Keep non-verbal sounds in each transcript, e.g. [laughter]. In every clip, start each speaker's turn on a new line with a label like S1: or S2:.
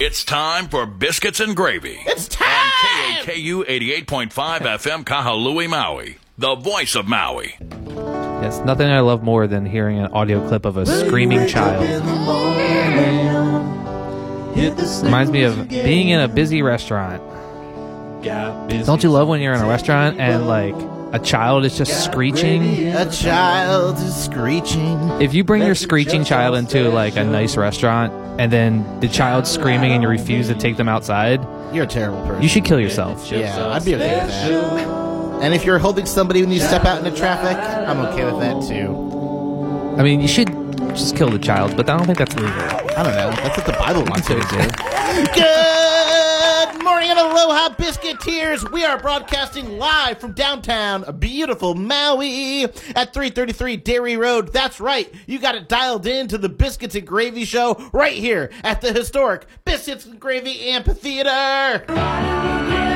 S1: It's time for Biscuits and Gravy.
S2: It's time!
S1: On KAKU 88.5 FM Kahului, Maui. The voice of Maui.
S3: Yes, nothing I love more than hearing an audio clip of a screaming child. Reminds me of being in a busy restaurant. Don't you love when you're in a restaurant and like a child is just screeching?
S2: A child is screeching.
S3: If you bring your screeching child into like a nice restaurant and then the child's screaming and you refuse to take them outside,
S2: You're a terrible person.
S3: you should kill yourself.
S2: Yeah, I'd be okay with that. And if you're holding somebody when you step out into traffic, I'm okay with that too.
S3: I mean, you should just kill the child, but I don't think that's legal.
S2: I don't know. That's what the Bible wants you to
S3: [laughs]
S2: do. Good morning and aloha, biscuiteers. We are broadcasting live from downtown beautiful Maui at 333 Dairy Road. That's right. You got it dialed in to the Biscuits and Gravy Show right here at the historic Biscuits and Gravy Amphitheater.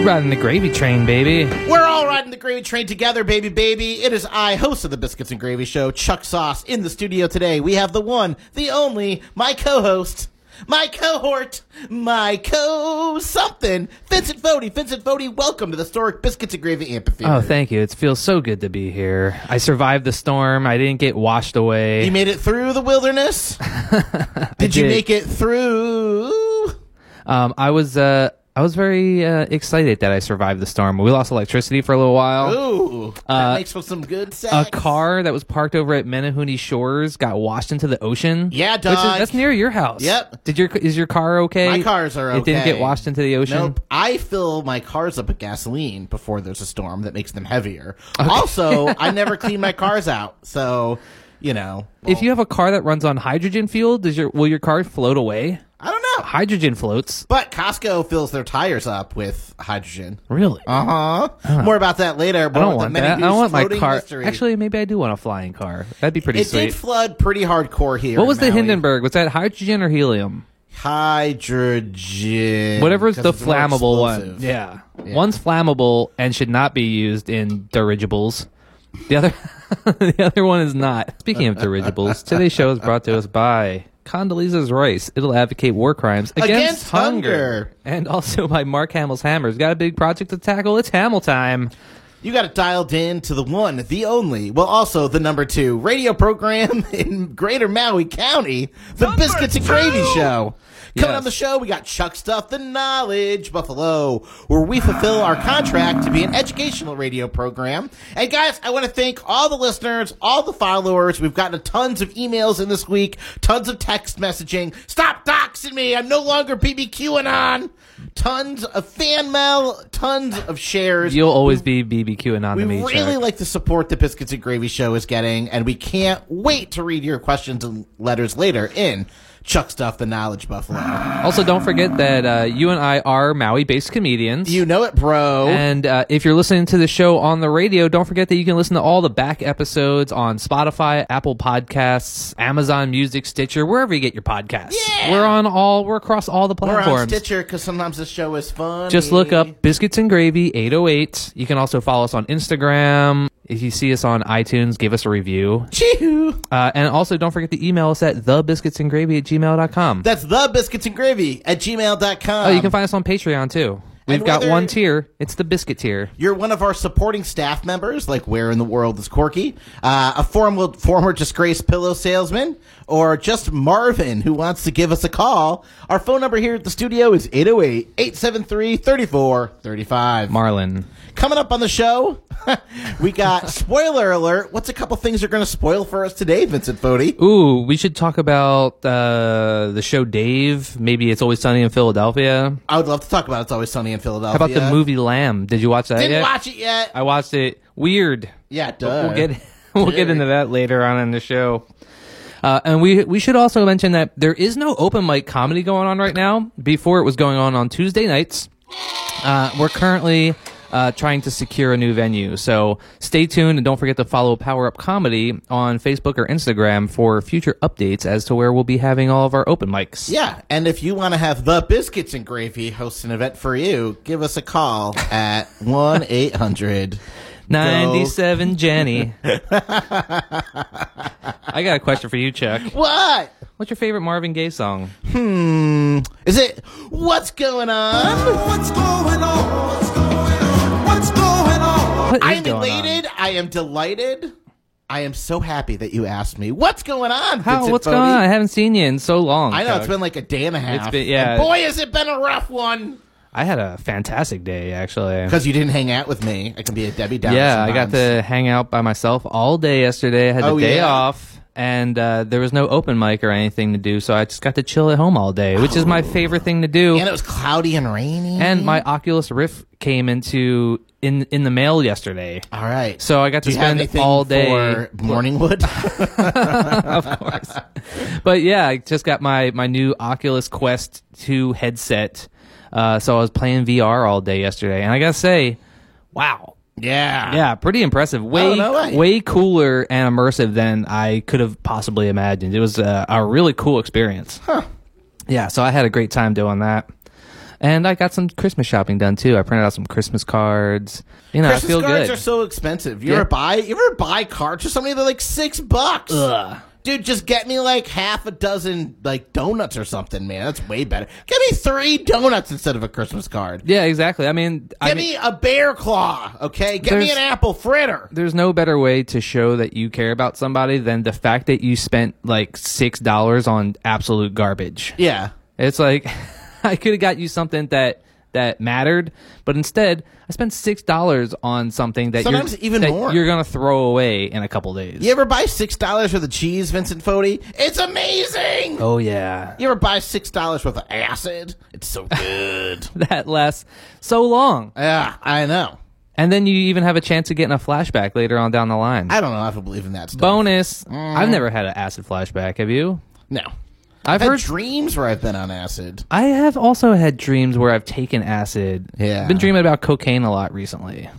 S3: Riding the gravy train, baby.
S2: We're all riding the gravy train together, baby, baby. It is I, host of the Biscuits and Gravy Show, Chuck Sauce, in the studio today. We have the one, the only, my co-host, my cohort, my co something, Vincent Fody. Vincent Fody, welcome to the historic Biscuits and Gravy Amphitheater.
S3: Oh, thank you. It feels so good to be here. I survived the storm. I didn't get washed away.
S2: You made it through the wilderness.
S3: [laughs]
S2: did, you
S3: did.
S2: make it through?
S3: Um, I was uh, I was very uh, excited that I survived the storm. We lost electricity for a little while.
S2: Ooh, that makes for some good
S3: Uh, A
S2: sex.
S3: car that was parked over at Menahuni Shores got washed into the ocean.
S2: Yeah,
S3: Which is-
S2: dog.
S3: that's near your house.
S2: Yep.
S3: Did your is your car okay?
S2: My cars are
S3: It didn't
S2: okay.
S3: get washed into the ocean.
S2: Nope. I fill my cars up with gasoline before there's a storm that makes them heavier. Also,
S3: [laughs]
S2: I never clean my cars out. So, you know,
S3: If you have a car that runs on hydrogen fuel, does your will your car float away?
S2: I don't know.
S3: Hydrogen floats.
S2: But Costco fills their tires up with hydrogen.
S3: Really?
S2: Uh huh. More about that later.
S3: Uh-huh. I don't want that. I don't want my car. Actually, maybe I do want a flying car. That'd be pretty
S2: it
S3: sweet.
S2: did flood pretty hardcore here.
S3: What
S2: in
S3: was the
S2: Maui.
S3: Hindenburg? Was that hydrogen or helium?
S2: Hydrogen.
S3: Whatever is
S2: 'Cause
S3: the
S2: it's more
S3: flammable one.
S2: explosive.
S3: Yeah. One's flammable and should not be used in dirigibles. The other [laughs] the other one is not. Speaking of dirigibles, today's show is brought to us by Condoleezza's Rice. It'll advocate war crimes against,
S2: Against hunger.
S3: And also by Mark Hamill's Hammers. Got a big project to tackle. It's Hamill time.
S2: You got it dialed in to the one, the only, well, also the number two radio program [laughs] in Greater Maui County, the Biscuits and Gravy Show. Coming
S3: Yes.
S2: on the show, we got Chuck Stuff, the Knowledge Buffalo, where we fulfill our contract to be an educational radio program. And guys, I want to thank all the listeners, all the followers. We've gotten tons of emails in this week, tons of text messaging. Stop doxing me. I'm no longer BBQing on. Tons of fan mail, tons of shares.
S3: You'll always be BBQ
S2: We
S3: anonymous.
S2: really like the support the Biscuits and Gravy Show is getting, and we can't wait to read your questions and letters later in Chuck Stuff the Knowledge
S3: [sighs]
S2: Buffalo.
S3: Also, don't forget that uh, you and I are Maui based comedians.
S2: You know it, bro.
S3: And uh, if you're listening to the show on the radio, don't forget that you can listen to all the back episodes on Spotify, Apple Podcasts, Amazon Music, Stitcher, wherever you get your podcasts.
S2: Yeah!
S3: We're on all, we're across all the
S2: We're
S3: platforms.
S2: on Stitcher because sometimes the show is fun.
S3: Just look up Biscuits and Gravy 808. You can also follow us on Instagram. If you see us on iTunes, give us a review.
S2: Chee-hoo.
S3: Uh, and also, don't forget to email us at thebiscuitsandgravy at gmail.com.
S2: That's the biscuits and gravy at gmail.com.
S3: oh, you can find us on Patreon too. We've got
S2: um, whether-
S3: one tier. It's the biscuit tier.
S2: You're one of our supporting staff members, like Where in the World is Corky, uh, a former, former disgraced pillow salesman, or just Marvin who wants to give us a call. Our phone number here at the studio is 808 873 3435.
S3: Marlin.
S2: Coming up on the show, [laughs] we
S3: [laughs]
S2: got spoiler alert. What's a couple things you're going to spoil for us today, Vincent Fodi?
S3: Ooh, we should talk about uh, the show Dave. Maybe it's always sunny in Philadelphia.
S2: I would love to talk about It's Always Sunny in Philadelphia.
S3: How about the movie Lamb? Did you watch that
S2: Didn't
S3: yet?
S2: watch it yet.
S3: I watched it. Weird.
S2: yeah, duh.
S3: But We'll get [laughs] we'll get into that later on in the show. Uh, and we we should also mention that there is no open mic comedy going on right now. Before it was going on on Tuesday nights. Uh, we're currently uh, trying to secure a new venue, so stay tuned and don't forget to follow Power Up Comedy on Facebook or Instagram for future updates as to where we'll be having all of our open mics.
S2: Yeah, and if you want to have the biscuits and gravy host an event for you, give us a [laughs] call at one eight hundred.
S3: 97 Jenny. I got a question for you, Chuck.
S2: What?
S3: What's your favorite Marvin Gaye song?
S2: Is it what's going on?
S4: What's going on? What's going on? What's going on?
S3: What is
S2: I'm
S3: going on?
S2: elated. I am delighted. I am so happy that you asked me. What's going on?
S3: How,
S2: Vincent
S3: what's
S2: Bodie?
S3: going on? I haven't seen you in so long.
S2: I know
S3: Chuck.
S2: it's been like a day and a half.
S3: been- yeah.
S2: And boy, has it been a rough one.
S3: I had a fantastic day actually.
S2: Because you didn't hang out with me, I can be a Debbie Downer.
S3: Yeah, I got
S2: sometimes.
S3: to hang out by myself all day yesterday. I had the
S2: Oh,
S3: day
S2: yeah?
S3: off, and uh, there was no open mic or anything to do, so I just got to chill at home all day, which is my favorite thing to do.
S2: And it was cloudy and rainy.
S3: And my Oculus Rift came into in in the mail yesterday,
S2: all right.
S3: so I got to
S2: Do you have
S3: spend
S2: anything
S3: all day.
S2: for Morningwood. [laughs]
S3: But yeah, I just got my my new Oculus Quest 2 headset, uh, so I was playing VR all day yesterday, and I gotta say, wow,
S2: yeah.
S3: Yeah, pretty impressive. Way
S2: no way.
S3: way cooler and immersive than I could have possibly imagined. It was a, a really cool experience. Huh. Yeah, so I had a great time doing that. And I got some Christmas shopping done too. I printed out some Christmas cards. You know,
S2: Christmas
S3: I feel
S2: cards
S3: good.
S2: are so expensive. You
S3: Yeah.
S2: ever buy? You ever buy cards for somebody? They're like six bucks. Dude, just get me like half a dozen like donuts or something, man. That's way better. Get me three donuts instead of a Christmas card.
S3: yeah, exactly. I mean, I
S2: Get
S3: mean,
S2: me a bear claw, okay? Get me
S3: There's-
S2: an apple fritter.
S3: there's no better way to show that you care about somebody than the fact that you spent like six dollars on absolute garbage.
S2: Yeah.
S3: It's like [laughs] I could have got you something that that mattered, but instead I spent six dollars on something that
S2: Sometimes
S3: you're,
S2: even
S3: that
S2: more.
S3: you're gonna throw away in a couple days.
S2: You ever buy six dollars for the cheese, Vincent Fodi? It's amazing.
S3: Oh yeah,
S2: You ever buy six dollars worth of acid? It's so good.
S3: [laughs] that lasts so long,
S2: yeah, I know.
S3: and then you even have a chance of getting a flashback later on down the line.
S2: I Mm-hmm. don't know if I believe in that stuff.
S3: Bonus: I've never had an acid flashback. Have you?
S2: no.
S3: I've
S2: I've had
S3: heard.
S2: dreams where I've been on acid.
S3: I have also had dreams where I've taken acid.
S2: Yeah.
S3: been dreaming about cocaine a lot recently.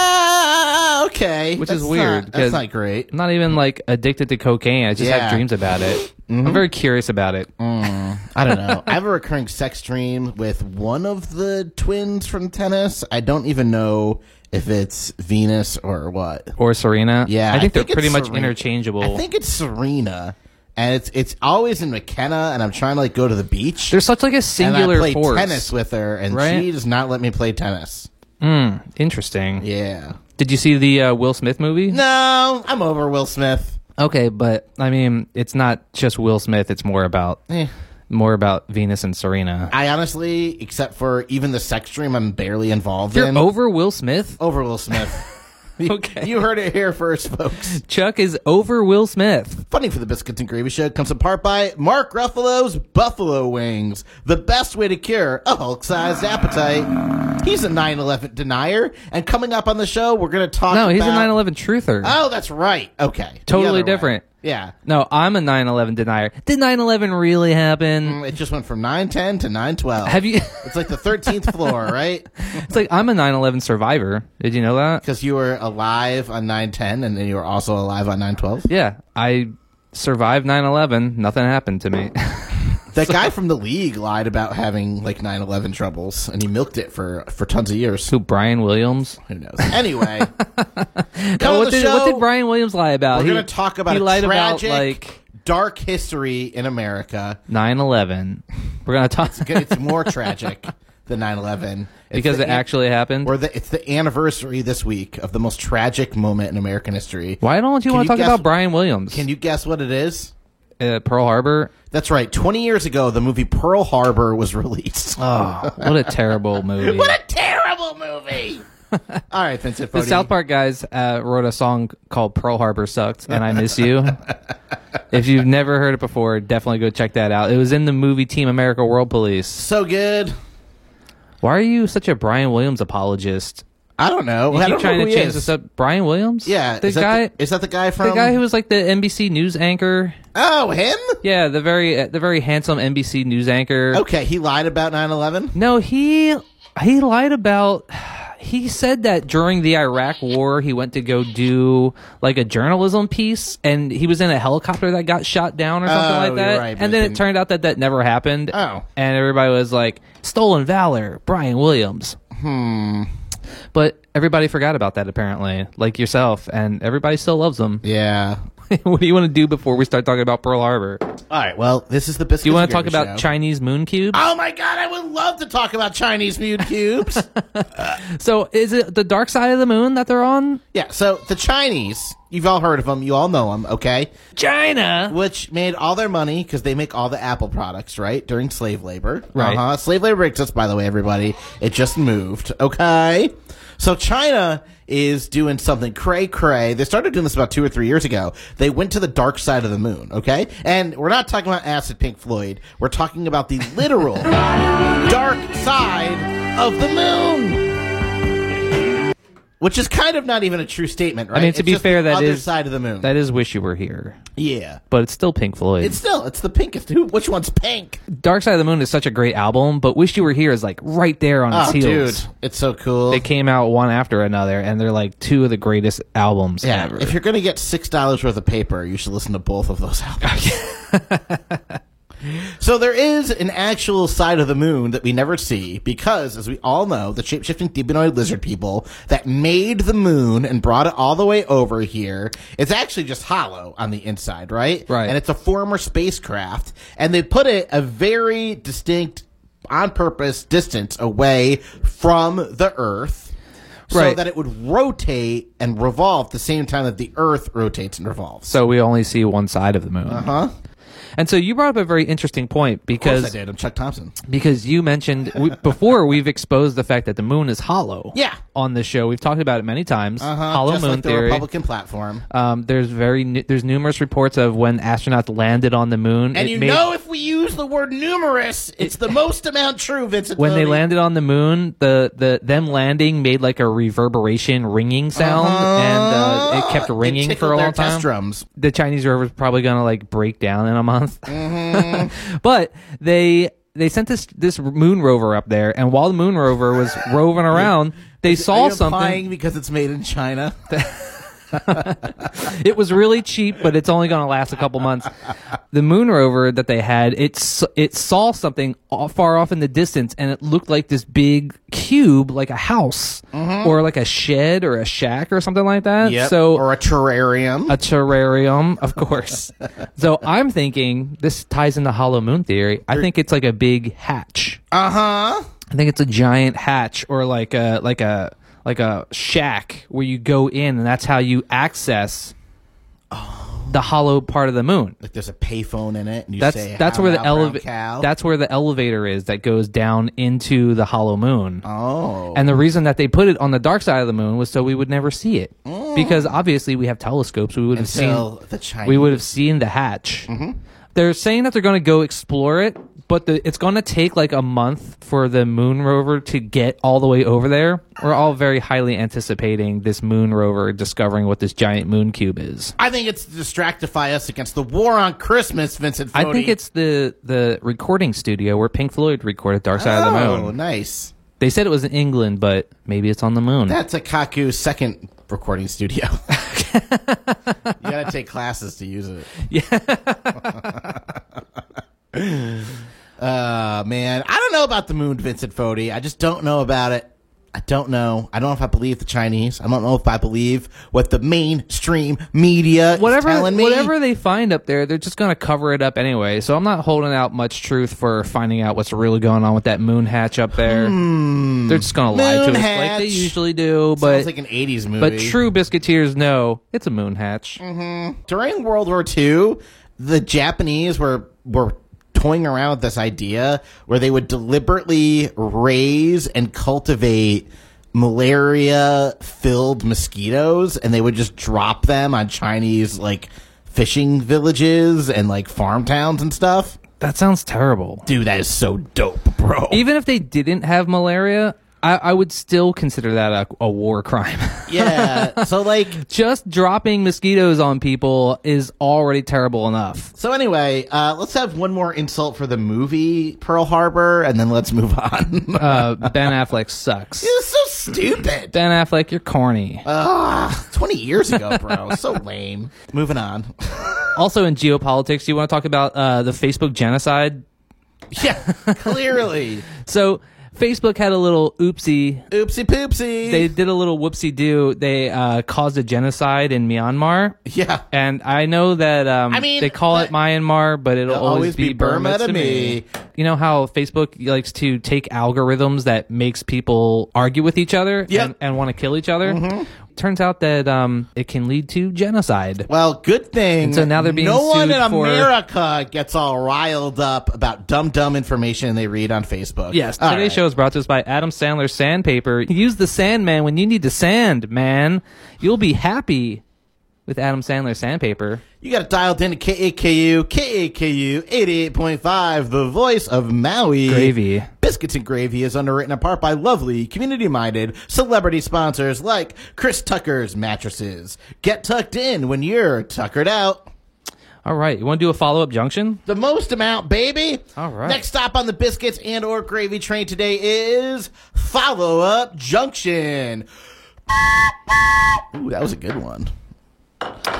S2: Ah, okay.
S3: Which
S2: That's
S3: is weird,
S2: Not,
S3: 'cause-
S2: that's not
S3: [laughs]
S2: great.
S3: I'm not even like addicted to cocaine. I just
S2: Yeah. Mm-hmm.
S3: have dreams about it. I'm very curious about it.
S2: I don't know. I have a recurring sex dream with one of the twins from tennis. I don't even know if it's Venus or what.
S3: or Serena.
S2: Yeah,
S3: I think they're
S2: it's
S3: pretty much
S2: Serena.
S3: interchangeable.
S2: I think it's Serena, and it's it's always in McKenna, and I'm trying to like go to the beach.
S3: they're such like a
S2: and I
S3: singular
S2: play
S3: force.
S2: tennis with her, and
S3: right?
S2: she does not let me play tennis.
S3: Interesting.
S2: Yeah.
S3: Did you see the uh, Will Smith movie?
S2: No, I'm over Will Smith.
S3: Okay, but I mean, it's not just Will Smith. It's more about
S2: Eh.
S3: more about Venus and Serena.
S2: I honestly, except for even the sex dream, I'm barely involved
S3: You're
S2: in.
S3: over Will Smith.
S2: over Will Smith.
S3: [laughs] Okay.
S2: You heard it here first, folks.
S3: Chuck is over Will Smith.
S2: Funding for the Biscuits and Gravy Show comes apart by Mark Ruffalo's Buffalo Wings, the best way to cure a Hulk sized appetite. He's a 9 11 denier, and coming up on the show, we're going to talk
S3: No, he's a
S2: about-
S3: 9/11 truther.
S2: Oh, that's right. Okay. The
S3: Totally
S2: other way.
S3: different.
S2: Yeah.
S3: no, I'm a 9/11 denier. Did 9/11 really happen?
S2: It just went from 910 to 912.
S3: Have you? [laughs]
S2: It's like the 13th floor, right?
S3: it's like I'm a 9/11 survivor. Did you know that?
S2: Because you were alive on 910, and then you were also alive on 912.
S3: Yeah, I survived 9/11. Nothing happened to me. [laughs]
S2: That guy from the league lied about having like 9/11 troubles, and he milked it for for tons of years.
S3: Who? Brian Williams.
S2: Who knows?
S3: [laughs]
S2: Anyway,
S3: Oh,
S2: come
S3: what,
S2: on the
S3: did,
S2: show.
S3: what did Brian Williams lie about?
S2: we're
S3: He-
S2: going to talk about
S3: he
S2: a
S3: lied
S2: tragic,
S3: about like
S2: dark history in America.
S3: 9/11. We're gonna talk
S2: [laughs] It's more tragic
S3: [laughs]
S2: than 9/11 It's
S3: because
S2: the
S3: it
S2: an-
S3: actually happened.
S2: or the, it's the anniversary this week of the most tragic moment in American history.
S3: Why don't you
S2: Can
S3: want
S2: you
S3: to talk
S2: guess-
S3: about Brian Williams?
S2: Can you guess what it is?
S3: uh,
S2: [laughs]
S3: Pearl Harbor.
S2: That's right. 20 years ago, the movie Pearl Harbor was [laughs] released.
S3: Oh, what a terrible movie.
S2: What a terrible
S3: [laughs]
S2: movie! All right, Vincent
S3: the
S2: Fodi.
S3: South Park guys uh, wrote a song called "Pearl Harbor Sucked" and I
S2: [laughs]
S3: miss you. if you've never heard it before, definitely go check that out. It was in the movie Team America: World Police.
S2: so good.
S3: Why are you such a Brian Williams apologist?
S2: I don't know. I
S3: Keep
S2: don't
S3: trying
S2: know who
S3: to
S2: he
S3: change
S2: is.
S3: this up. Brian Williams?
S2: Yeah,
S3: the
S2: is,
S3: guy.
S2: that the, is that the guy from?
S3: the guy who was like the NBC news anchor.
S2: oh, him?
S3: Yeah, the very uh, the very handsome NBC news anchor.
S2: Okay, he lied about 9-11?
S3: No, he he lied about. [sighs] He said that during the Iraq War, he went to go do like a journalism piece, and he was in a helicopter that got shot down or something
S2: Oh,
S3: like
S2: you're
S3: that.
S2: right, but it
S3: and then it
S2: didn't-
S3: turned out that that never happened.
S2: Oh.
S3: and everybody was like, "Stolen valor, Brian Williams." Hmm. But everybody forgot about that apparently, like yourself, and everybody still loves him.
S2: Yeah,
S3: [laughs] what do you want to do before we start talking about Pearl Harbor? Do
S2: All right. Well, this is the biscuit.
S3: you Ah. want to talk about Chinese moon cubes?
S2: Oh my god, I would love to talk about Chinese moon
S3: [laughs]
S2: cubes.
S3: So is it the dark side of the moon that they're on?
S2: yeah. So the Chinese, you've all heard of them. You all know them. Okay.
S3: China.
S2: which made all their money because they make all the Apple products, right? During slave labor,
S3: Right.
S2: Uh-huh. Slave labor exists, by the way, everybody. It just moved, okay? So China is doing something cray cray. They started doing this about two or three years ago. They went to the dark side of the moon, okay? And we're not talking about acid Pink Floyd. We're talking about the literal dark side of the moon. Which is kind of not even a true statement, right?
S3: mean, to
S2: It's
S3: be
S2: just
S3: fair,
S2: the
S3: that
S2: other
S3: is-
S2: side of the moon.
S3: That is Wish You Were Here,
S2: yeah.
S3: but it's still Pink Floyd.
S2: It's still it's the pinkest. Who? Which one's pink?
S3: Dark Side of the Moon is such a great album, but Wish You Were Here is like right there on its
S2: Oh, dude,
S3: heels.
S2: it's so cool.
S3: They came out one after another, and they're like two of the greatest albums
S2: yeah,
S3: ever.
S2: if you're gonna get six dollars worth of paper, you should listen to both of those [laughs] albums. so there is an actual side of the moon that we never see because, as we all know, the shapeshifting thebanoid lizard people that made the moon and brought it all the way over here. It's actually just hollow on the inside, right?
S3: Right.
S2: And it's a former spacecraft, and they put it a very distinct, on purpose, distance away from the Earth so
S3: Right.
S2: that it would rotate and revolve the same time that the Earth rotates and revolves.
S3: So we only see one side of the moon. Uh huh. And so you brought up a very interesting point
S2: Of course I
S3: because
S2: did. I'm Chuck Thompson.
S3: because you mentioned
S2: [laughs]
S3: we, before we've exposed the fact that the moon is hollow.
S2: Yeah.
S3: On the show, we've talked about it many times.
S2: Uh-huh,
S3: Hollow
S2: just
S3: moon
S2: like the
S3: theory.
S2: Republican platform.
S3: um, there's very nu- there's numerous reports of when astronauts landed on the moon.
S2: and
S3: it
S2: you
S3: made-
S2: know, if we use the word numerous, it's the most amount true, Vincent.
S3: when they
S2: Tony.
S3: landed on the moon, the, the them landing made like a reverberation ringing sound, and uh,
S2: [gasps]
S3: it kept
S2: It
S3: ringing for
S2: Uh-huh. tickled
S3: a long
S2: their test
S3: time.
S2: drums.
S3: the Chinese rover is probably going to like break down in a month.
S2: Mm-hmm.
S3: [laughs] but they they sent this this moon rover up there, and while the moon rover was roving around, they
S2: Are
S3: saw
S2: you
S3: something.
S2: implying because it's made in
S3: [laughs]
S2: China.
S3: It was really cheap, but it's only going to last a couple months. The moon rover that they had, it s- it saw something off, far off in the distance, and it looked like this big cube, like a house
S2: Mm-hmm.
S3: or like a shed or a shack or something like that. So
S2: or a terrarium.
S3: a terrarium,
S2: [laughs]
S3: of course. so I'm thinking this ties into hollow moon theory. I think it's like a big hatch.
S2: Uh huh.
S3: I think it's a giant hatch or like a like a like a shack where you go in and that's how you access the hollow part of the moon.
S2: Like there's a payphone in it, and you
S3: That's
S2: say,
S3: that's
S2: "How
S3: where the
S2: now, brown
S3: elevator
S2: cow?"
S3: that's where the elevator is that goes down into the hollow moon.
S2: oh,
S3: And the reason that they put it on the dark side of the moon was so we would never see it. Because obviously we have telescopes, we would have seen
S2: Mm. until the Chinese.
S3: we would have seen the hatch. They're saying that they're going to go explore it, but the, it's going to take like a month for the moon rover to get all the way over there. We're all very highly anticipating this moon rover discovering what this giant moon cube is.
S2: I think it's to distractify us against the war on Christmas, Vincent.
S3: I
S2: Fodi.
S3: think it's the the recording studio where Pink Floyd recorded Dark Side of the
S2: Oh,
S3: Moon.
S2: nice.
S3: They said it was in England, but maybe it's on the moon.
S2: That's a Kaku's second recording studio. [laughs] you gotta take classes to use
S3: [laughs]
S2: it. Yeah. [laughs] uh man, I don't know about the moon, Vincent Fodi. I just don't know about it. I don't know. I don't know if I believe the Chinese. I don't know if I believe what the mainstream media
S3: whatever
S2: is telling me.
S3: whatever they find up there, they're just gonna cover it up anyway. So I'm not holding out much truth for finding out what's really going on with that moon hatch up there. They're just gonna lie to
S2: Hmm. Moon
S3: us like
S2: hatch.
S3: they usually do.
S2: Sounds
S3: But
S2: like an '80s movie. Mm-hmm.
S3: but true biscuiteers know it's a moon hatch.
S2: during World War II, the Japanese were were toying around with this idea where they would deliberately raise and cultivate malaria filled mosquitoes and they would just drop them on Chinese like fishing villages and like farm towns and stuff.
S3: That sounds terrible.
S2: Dude, that is so dope, bro.
S3: Even if they didn't have malaria, I, I would still consider that a, a war crime. [laughs]
S2: yeah. So like
S3: just dropping mosquitoes on people is already terrible enough.
S2: so anyway, uh, let's have one more insult for the movie Pearl Harbor and then let's move on. [laughs]
S3: Uh, ben Affleck sucks.
S2: it's so stupid.
S3: Ben Affleck, you're corny.
S2: Ugh, 20 years ago,
S3: [laughs]
S2: bro. so lame. Moving on. [laughs]
S3: Also in geopolitics, you want to talk about uh, the Facebook genocide?
S2: yeah, clearly.
S3: So Facebook had a little oopsie.
S2: Oopsie poopsie.
S3: They did a little whoopsie do. They uh, caused a genocide in Myanmar.
S2: yeah.
S3: And I know that um,
S2: I mean,
S3: they call it
S2: but-
S3: Myanmar, but it'll,
S2: It'll
S3: always,
S2: always
S3: be,
S2: be Burma to me.
S3: You know how Facebook likes to take algorithms that makes people argue with each other
S2: Yep. Mm-hmm.
S3: and, and want to kill each other. Turns out that um, it can lead to genocide.
S2: Well, good thing.
S3: so now they're being
S2: no one
S3: sued
S2: in
S3: for-
S2: America gets all riled up about dumb dumb information they read on Facebook.
S3: Yes,
S2: All
S3: today's
S2: right.
S3: show is brought to us by Adam Sandler Sandpaper. Use the Sandman when you need to sand, man. You'll be happy with Adam Sandler Sandpaper.
S2: You got it dialed in to KAKU, KAKU 88.5, the voice of Maui.
S3: Gravy.
S2: Biscuits and Gravy is underwritten in part by lovely, community minded celebrity sponsors like Chris Tucker's Mattresses. Get tucked in when you're tuckered out.
S3: All right, you want to do a follow up junction?
S2: The most amount, baby.
S3: All right.
S2: Next stop on the biscuits and or gravy train today is Follow Up Junction. Ooh, that was a good one.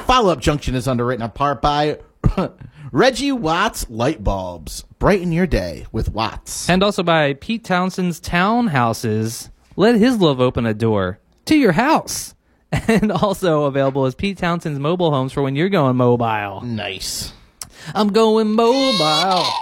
S2: Follow Up Junction is underwritten in part by [laughs] Reggie Watts Light Bulbs. Brighten your day with Watts.
S3: And also by Pete Townsend's Townhouses. Let his love open a door to your house. [laughs] And also available is Pete Townsend's mobile homes for when you're going mobile.
S2: Nice.
S3: I'm going mobile. [sighs]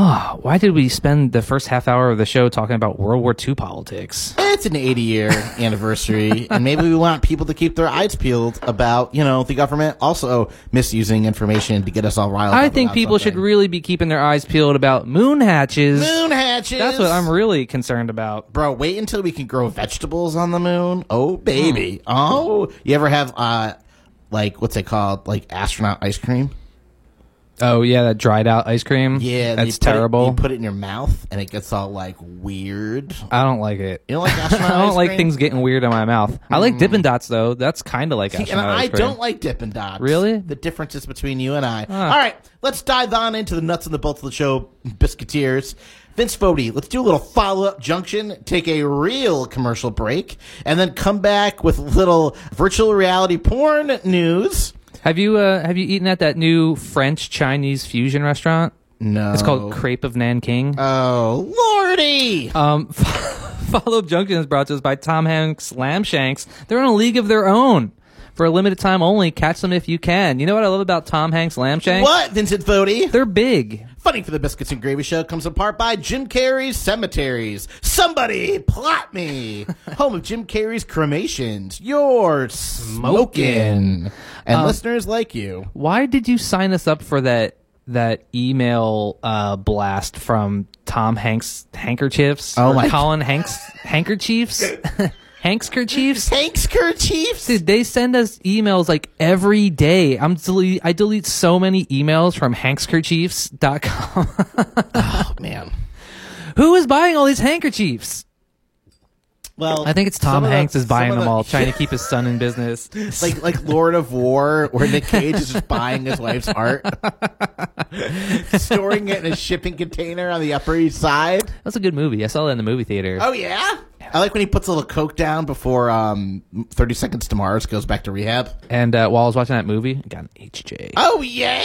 S3: Oh, why did we spend the first half hour of the show talking about World War II politics?
S2: It's an 80 year anniversary, and maybe we want people to keep their eyes peeled about, you know, the government also misusing information to get us all riled up.
S3: I think
S2: about
S3: people
S2: something.
S3: should really be keeping their eyes peeled about moon hatches.
S2: Moon hatches.
S3: That's what I'm really concerned about.
S2: Bro, wait until we can grow vegetables on the moon. Oh, baby.
S3: Hmm.
S2: Oh, you ever have uh, like what's it called, like astronaut ice cream?
S3: Oh yeah, that dried out ice cream.
S2: Yeah, and you
S3: that's
S2: put it-
S3: terrible.
S2: you put it in your mouth, and it gets all like weird. You
S3: I don't like it. [laughs]
S2: don't like astronaut
S3: I
S2: ice
S3: don't like
S2: cream? Mm.
S3: things getting weird in my mouth. I like Dippin' Dots though. That's kind of like
S2: See, and
S3: astronaut
S2: I
S3: ice cream.
S2: don't like Dippin' Dots.
S3: Really? Ah.
S2: The differences between you and I. All right, let's dive on into the nuts and the bolts of the show, Biscuiteers. Vince Fodi, let's do a little follow up junction, take a real commercial break, and then come back with a little virtual reality porn news.
S3: Have you uh, have you eaten at that new French Chinese fusion restaurant?
S2: No.
S3: It's called Crepe of Nanking.
S2: Oh, Lordy!
S3: um, [laughs] Follow Up Junction is brought to us by Tom Hanks Lamb Shanks. They're in a league of their own. For a limited time only, catch them if you can. You know what I love about Tom Hanks Lamb Shanks?
S2: what, Vincent Fodi?
S3: They're big.
S2: Funding for the Biscuits and Gravy Show comes in part by Jim Carrey's Cemeteries. Somebody plot
S3: [laughs]
S2: me. Home of Jim Carrey's cremations. You're smoking.
S3: Um,
S2: And listeners like you.
S3: Why did you sign us up for that that email uh, blast from Tom Hanks handkerchiefs?
S2: Oh
S3: or
S2: my-
S3: Colin Hanks handkerchiefs? [laughs] Hanks kerchiefs?
S2: Thanks, kerchiefs.
S3: Dude, they send us emails like every day. I'm delete I delete so many emails from hankskerchiefs.com.
S2: Oh, man.
S3: Who is buying all these handkerchiefs?
S2: Well,
S3: I think it's
S2: some
S3: Tom
S2: of the-
S3: Hanks is buying
S2: some of
S3: them
S2: the- [laughs]
S3: all, trying to keep his son in business.
S2: Like like Lord of War, where Nick Cage is just buying his wife's
S3: [laughs]
S2: art, storing it in a shipping container on the Upper East Side.
S3: That's a good movie. I saw that in the movie theater.
S2: Oh yeah. I like when he puts a little coke down before um, 30 Seconds to Mars goes back to rehab.
S3: And uh, while I was watching that movie, I got an HJ.
S2: Oh yeah.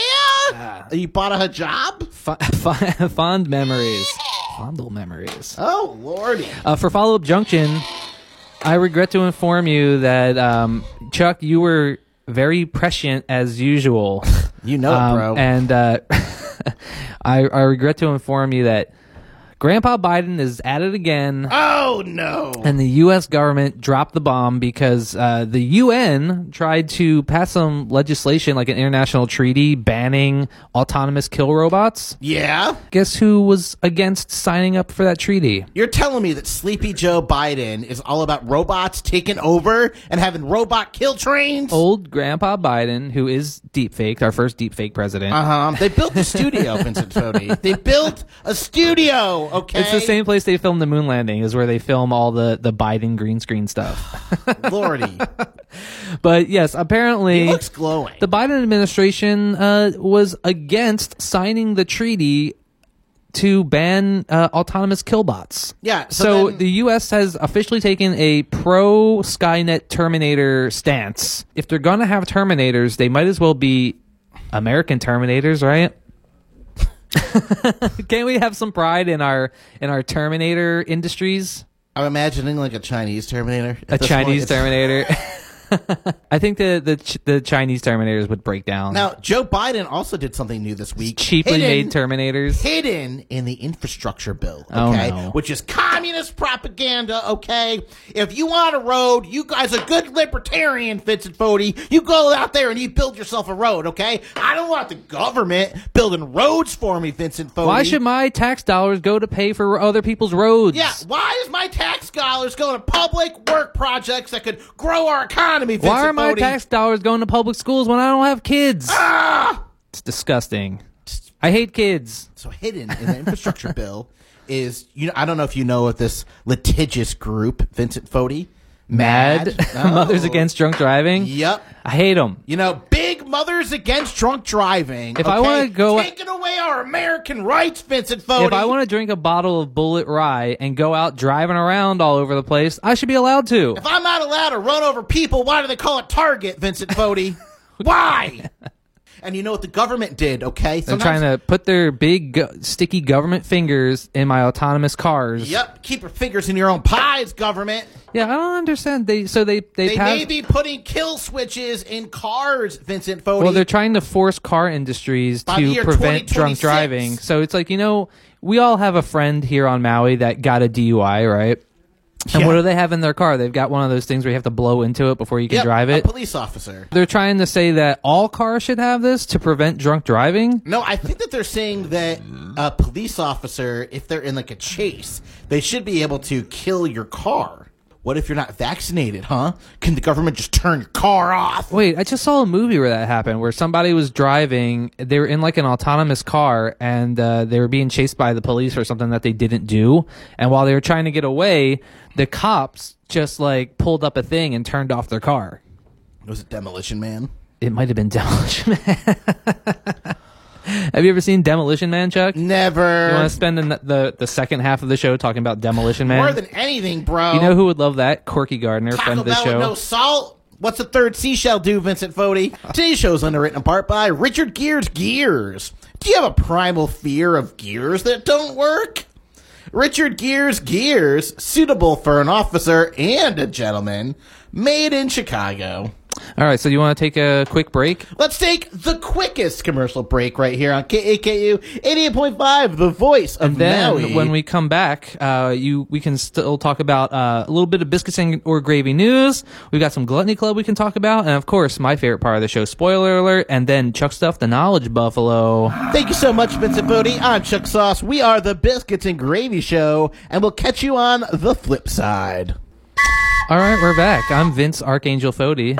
S2: Ah. you bought a hijab?
S3: [laughs] Fo- fo- fond memories. Fondle memories.
S2: Oh lordy.
S3: Uh, for follow up junction, I regret to inform you that um, Chuck, you were very prescient as usual.
S2: You know
S3: Um,
S2: it, bro.
S3: And uh, [laughs] I, I regret to inform you that Grandpa Biden is at it again.
S2: oh no.
S3: and the U.S. government dropped the bomb because uh, the UN tried to pass some legislation, like an international treaty, banning autonomous kill robots.
S2: yeah.
S3: Guess who was against signing up for that treaty?
S2: You're telling me that Sleepy Joe Biden is all about robots taking over and having robot kill trains?
S3: Old Grandpa Biden, who is deepfaked, our first deepfake president.
S2: Uh-huh. They built a [laughs] studio, Vincent Fodi. They built a studio, okay?
S3: It's the same place they filmed the moon landing, is where they film all the, the Biden green
S2: [sighs]
S3: screen stuff. [laughs]
S2: Lordy.
S3: But yes, apparently.
S2: He looks glowing.
S3: The Biden administration uh, was against signing the treaty to ban uh, autonomous killbots.
S2: Yeah, so
S3: So,
S2: then-
S3: the U.S. has officially taken a pro Skynet Terminator stance. If
S2: [laughs]
S3: they're going to have Terminators, they might as well be American Terminators, right? Can we have some pride in our in our Terminator industries?
S2: I'm imagining like a Chinese Terminator.
S3: A
S2: [laughs]
S3: Chinese Terminator. I think the the Ch- the Chinese Terminators would break down.
S2: Now, Joe Biden also did something new this week.
S3: cheaply
S2: Hidden-
S3: made Terminators.
S2: hidden in the infrastructure bill,
S3: Oh,
S2: okay?
S3: no.
S2: Which is communist propaganda, okay? If you want a road, you guys a good libertarian, Vincent Fodi, you go out there and you build yourself a road, okay? I don't want the government building roads for me, Vincent Fodi.
S3: Why should my tax dollars go to pay for other people's roads?
S2: yeah, why is my tax dollars going to public work projects that could grow our economy, Vincent
S3: Why are my
S2: Fodi?
S3: tax dollars going to public schools when I don't have kids?
S2: Ah!
S3: It's disgusting. I hate kids.
S2: so hidden in the infrastructure
S3: [laughs]
S2: bill is you know I don't know if you know of this litigious group, Vincent Fodi.
S3: Mad.
S2: No.
S3: [laughs] Mothers Against Drunk Driving.
S2: Yep.
S3: I hate them.
S2: You know, big mothers against drunk driving.
S3: If I
S2: okay?
S3: wanna go-
S2: taking away our American rights, Vincent Fodi.
S3: If I want to drink a bottle of Bullet Rye and go out driving around all over the place, I should be allowed to.
S2: if I'm not allowed to run over people, why do they call it Target, Vincent
S3: [laughs]
S2: Fodi? why? And you know what the government did? Okay,
S3: I'm trying to put their big go- sticky government fingers in my autonomous cars.
S2: Yep, keep your fingers in your own pies, government.
S3: Yeah, I don't understand. They so they they,
S2: They
S3: pass-
S2: may be putting kill switches in cars, Vincent Fodi.
S3: Well, they're trying to force car industries
S2: By the
S3: to
S2: year
S3: prevent drunk
S2: 2026.
S3: driving. So it's like, you know, we all have a friend here on Maui that got a DUI, right? And
S2: Yeah.
S3: what do they have in their car? They've got one of those things where you have to blow into it before you can
S2: Yep,
S3: drive it.
S2: A police officer.
S3: they're trying to say that all cars should have this to prevent drunk driving.
S2: No, I think that they're saying that a police officer, if they're in like a chase, they should be able to kill your car. What if you're not vaccinated, huh? Can the government just turn your car off?
S3: Wait, I just saw a movie where that happened, where somebody was driving. They were in like an autonomous car, and uh, they were being chased by the police for something that they didn't do. And while they were trying to get away, the cops just like pulled up a thing and turned off their car.
S2: It was a demolition man.
S3: It might have been [laughs] Demolition Man. have you ever seen Demolition Man, Chuck? You want
S2: Never.
S3: to spend the, the the second half of the show talking about Demolition Man?
S2: More than anything, bro.
S3: you know who would love that? Corky Gardner,
S2: Taco
S3: friend of the
S2: Bell
S3: show.
S2: with no salt. What's the third seashell do, Vincent Fodi? Today's show is underwritten in part by Richard Gears Gears. Do you have a primal fear of gears that don't work? Richard Gears Gears, suitable for an officer and a gentleman, made in Chicago.
S3: All right, so you want to take a quick break?
S2: Let's take the quickest commercial break right here on KAKU 88.5, the voice of
S3: then
S2: Maui.
S3: when we come back uh, you we can still talk about uh, a little bit of biscuits and or gravy news we've got some gluttony club we can talk about and of course my favorite part of the show spoiler alert and then chuck stuff the knowledge buffalo
S2: Thank you so much, Vincent Bodie. I'm Chuck Sauce. We are the Biscuits and Gravy Show, and we'll catch you on the flip side.
S3: all right we're back i'm vince archangel fody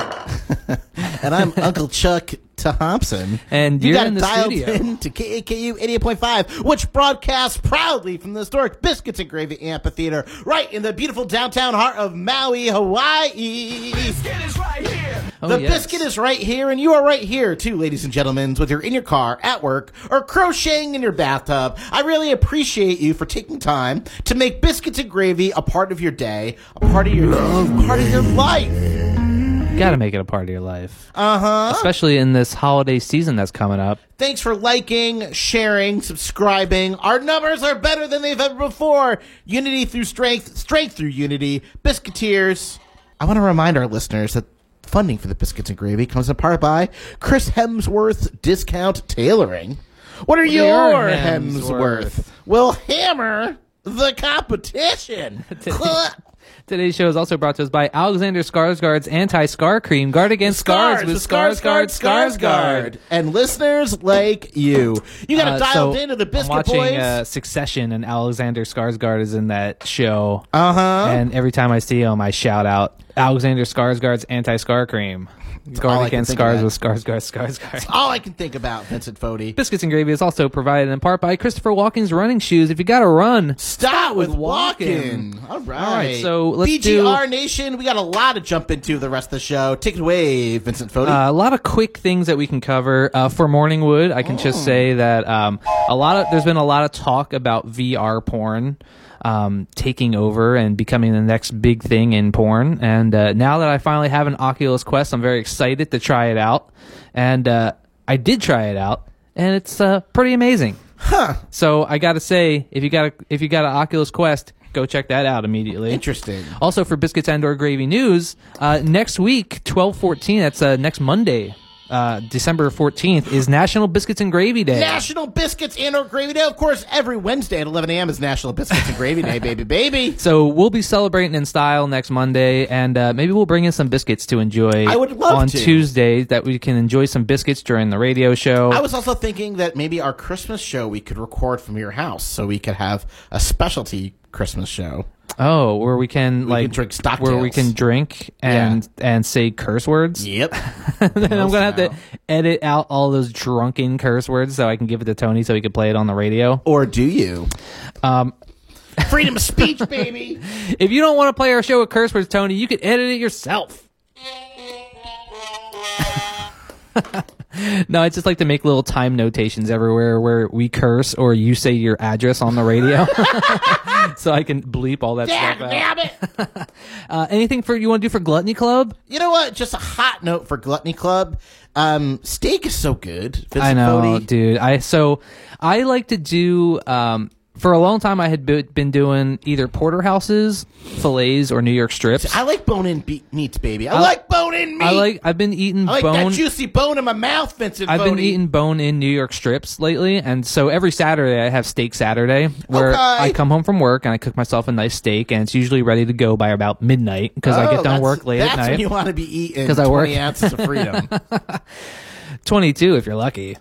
S2: And
S3: [laughs]
S2: I'm Uncle Chuck Thompson.
S3: And
S2: you
S3: you're
S2: got
S3: in the
S2: dialed
S3: studio.
S2: in to KAKU 88.5, which broadcasts proudly from the historic Biscuits and Gravy Amphitheater, right in the beautiful downtown heart of Maui, Hawaii.
S3: oh,
S2: The
S3: yes.
S2: biscuit is right here, and you are right here too, ladies and gentlemen, whether you're in your car, at work, or crocheting in your bathtub. I really appreciate you for taking time to make biscuits and gravy a part of your day, a part of your part of your life.
S3: gotta make it a part of your life uh-huh especially in this holiday season that's coming up
S2: Thanks for liking, sharing, subscribing. Our numbers are better than they've ever before. Unity through strength, strength through unity. Biscuiteers. I want to remind our listeners that funding for the Biscuits and Gravy comes in part by Chris Hemsworth Discount Tailoring. What are your
S3: are
S2: Hemsworth?
S3: Hemsworth?
S2: Will hammer the
S3: [laughs]
S2: competition. Cla-
S3: Today's show is also brought to us by Alexander Skarsgård's anti-scar cream. Guard against scars, with Skarsgård, Skarsgård.
S2: And listeners like you. You got to
S3: Uh,
S2: dial
S3: so
S2: into the Biscuit
S3: I'm watching,
S2: Boys.
S3: Uh, Succession, and Alexander Skarsgård is in that show.
S2: uh huh.
S3: and every time I see him, I shout out Alexander Skarsgård's anti-scar cream.
S2: all I
S3: Guard
S2: can
S3: against
S2: think of
S3: scars
S2: that.
S3: with Skarsgård, Skarsgård.
S2: all I can think about, Vincent Fodi.
S3: Biscuits and gravy is also provided in part by Christopher Walken's running shoes. If you got to run,
S2: Start with
S3: walking.
S2: walking. All right.
S3: right, so let's
S2: BGR Nation, we got a lot to jump into the rest of the show. Take it away, Vincent Fodi.
S3: Uh, a lot of quick things that we can cover uh, for Morningwood. I can just say that um, a lot of there's been a lot of talk about VR porn um, taking over and becoming the next big thing in porn. And uh, now that I finally have an Oculus Quest, I'm very excited to try it out. And uh, I did try it out, and it's uh, pretty amazing. So I gotta say, if you got a, if you got an Oculus Quest, go check that out immediately.
S2: Interesting.
S3: Also for biscuits and or gravy news, uh, next week, twelve fourteen. That's uh, next Monday, uh, December fourteenth is National Biscuits and Gravy Day.
S2: National Biscuits and or Gravy Day. Of course, every Wednesday at 11 a.m. is National Biscuits and Gravy Day, baby, baby.
S3: so we'll be celebrating in style next Monday, and uh, maybe we'll bring in some biscuits to enjoy.
S2: I would love
S3: on
S2: to.
S3: Tuesday that we can enjoy some biscuits during the radio show.
S2: I was also thinking that maybe our Christmas show we could record from your house so we could have a specialty Christmas show.
S3: oh, where we can like
S2: could drink stocktails.
S3: where we can drink and and say curse words.
S2: Yep.
S3: then [laughs] I'm gonna have to
S2: now.
S3: edit out all those drunken curse words so I can give it to Tony so he can play it on the radio.
S2: [laughs] or do you? Um, Freedom of speech, baby.
S3: If you don't want to play our show with curse words, Tony, you can edit it yourself. no, I just like to make little time notations everywhere where we curse or you say your address on the radio, [laughs] so I can bleep all that
S2: Damn,
S3: stuff out.
S2: damn it.
S3: Uh, anything for you want to do for Gluttony Club?
S2: [laughs] You know what? Just a hot note for Gluttony Club. Um, steak is so good. Vincent
S3: I know,
S2: Fodi.
S3: dude. I so I like to do. Um, for a long time, I had be- been doing either porterhouses, fillets, or New York strips.
S2: I like bone-in be- meats, baby. I, like bone-in meat.
S3: I like. I've been eating
S2: I like
S3: bone.
S2: that juicy bone in my mouth, Vincent.
S3: I've been
S2: Fodi.
S3: eating bone in New York strips lately, and so every Saturday I have steak Saturday, where
S2: Okay.
S3: I come home from work and I cook myself a nice steak, and it's usually ready to go by about midnight because I
S2: Oh,
S3: get done
S2: that's-
S3: work late
S2: that's
S3: at night. [laughs]
S2: when you want to be eating.
S3: 'Cause I work.
S2: 20 ounces of
S3: [laughs]
S2: freedom.
S3: 22 if you're lucky.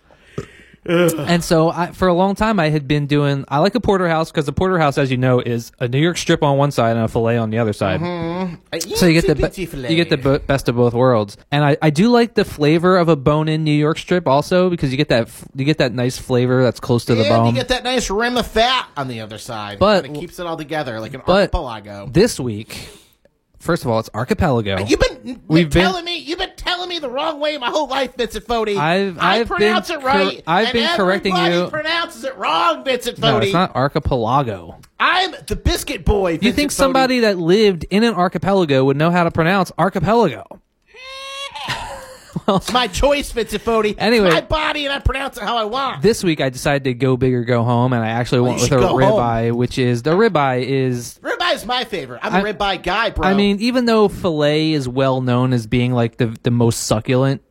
S3: and so I, for a long time I had been doing I like a porterhouse because the porterhouse as you know is a New York strip on one side and a fillet on the other side.
S2: Mm-hmm.
S3: So you get the be- you get the bo- best of both worlds. And I, I do like the flavor of a bone-in New York strip also because you get that f- you get that nice flavor that's close to the
S2: And you
S3: bone.
S2: get that nice rim of fat on the other side,
S3: But-
S2: and it keeps it all together like an
S3: but
S2: archipelago.
S3: this week first of all it's archipelago.
S2: You've been
S3: We've been-
S2: telling me you've been telling me the wrong way my whole life, Vincent Fodi.
S3: I've-
S2: I
S3: I've
S2: pronounce
S3: been
S2: it right.
S3: cor- I've
S2: and
S3: been correcting
S2: everybody
S3: you.
S2: Pronounces it wrong, Vincent
S3: no,
S2: Fodi.
S3: it's not archipelago.
S2: I'm the biscuit boy.
S3: You think somebody that lived in an archipelago would know how to pronounce archipelago?
S2: It's my choice, Vincent Fodi. It's
S3: Anyway.
S2: my body, and I pronounce it how I want.
S3: this week I decided to go big or go home, and I actually went
S2: you
S3: with
S2: should
S3: a
S2: go
S3: ribeye, which is the ribeye is.
S2: Ribeye is my favorite. I'm a
S3: I-
S2: ribeye guy, bro.
S3: I mean, even though fillet is well known as being like the the most succulent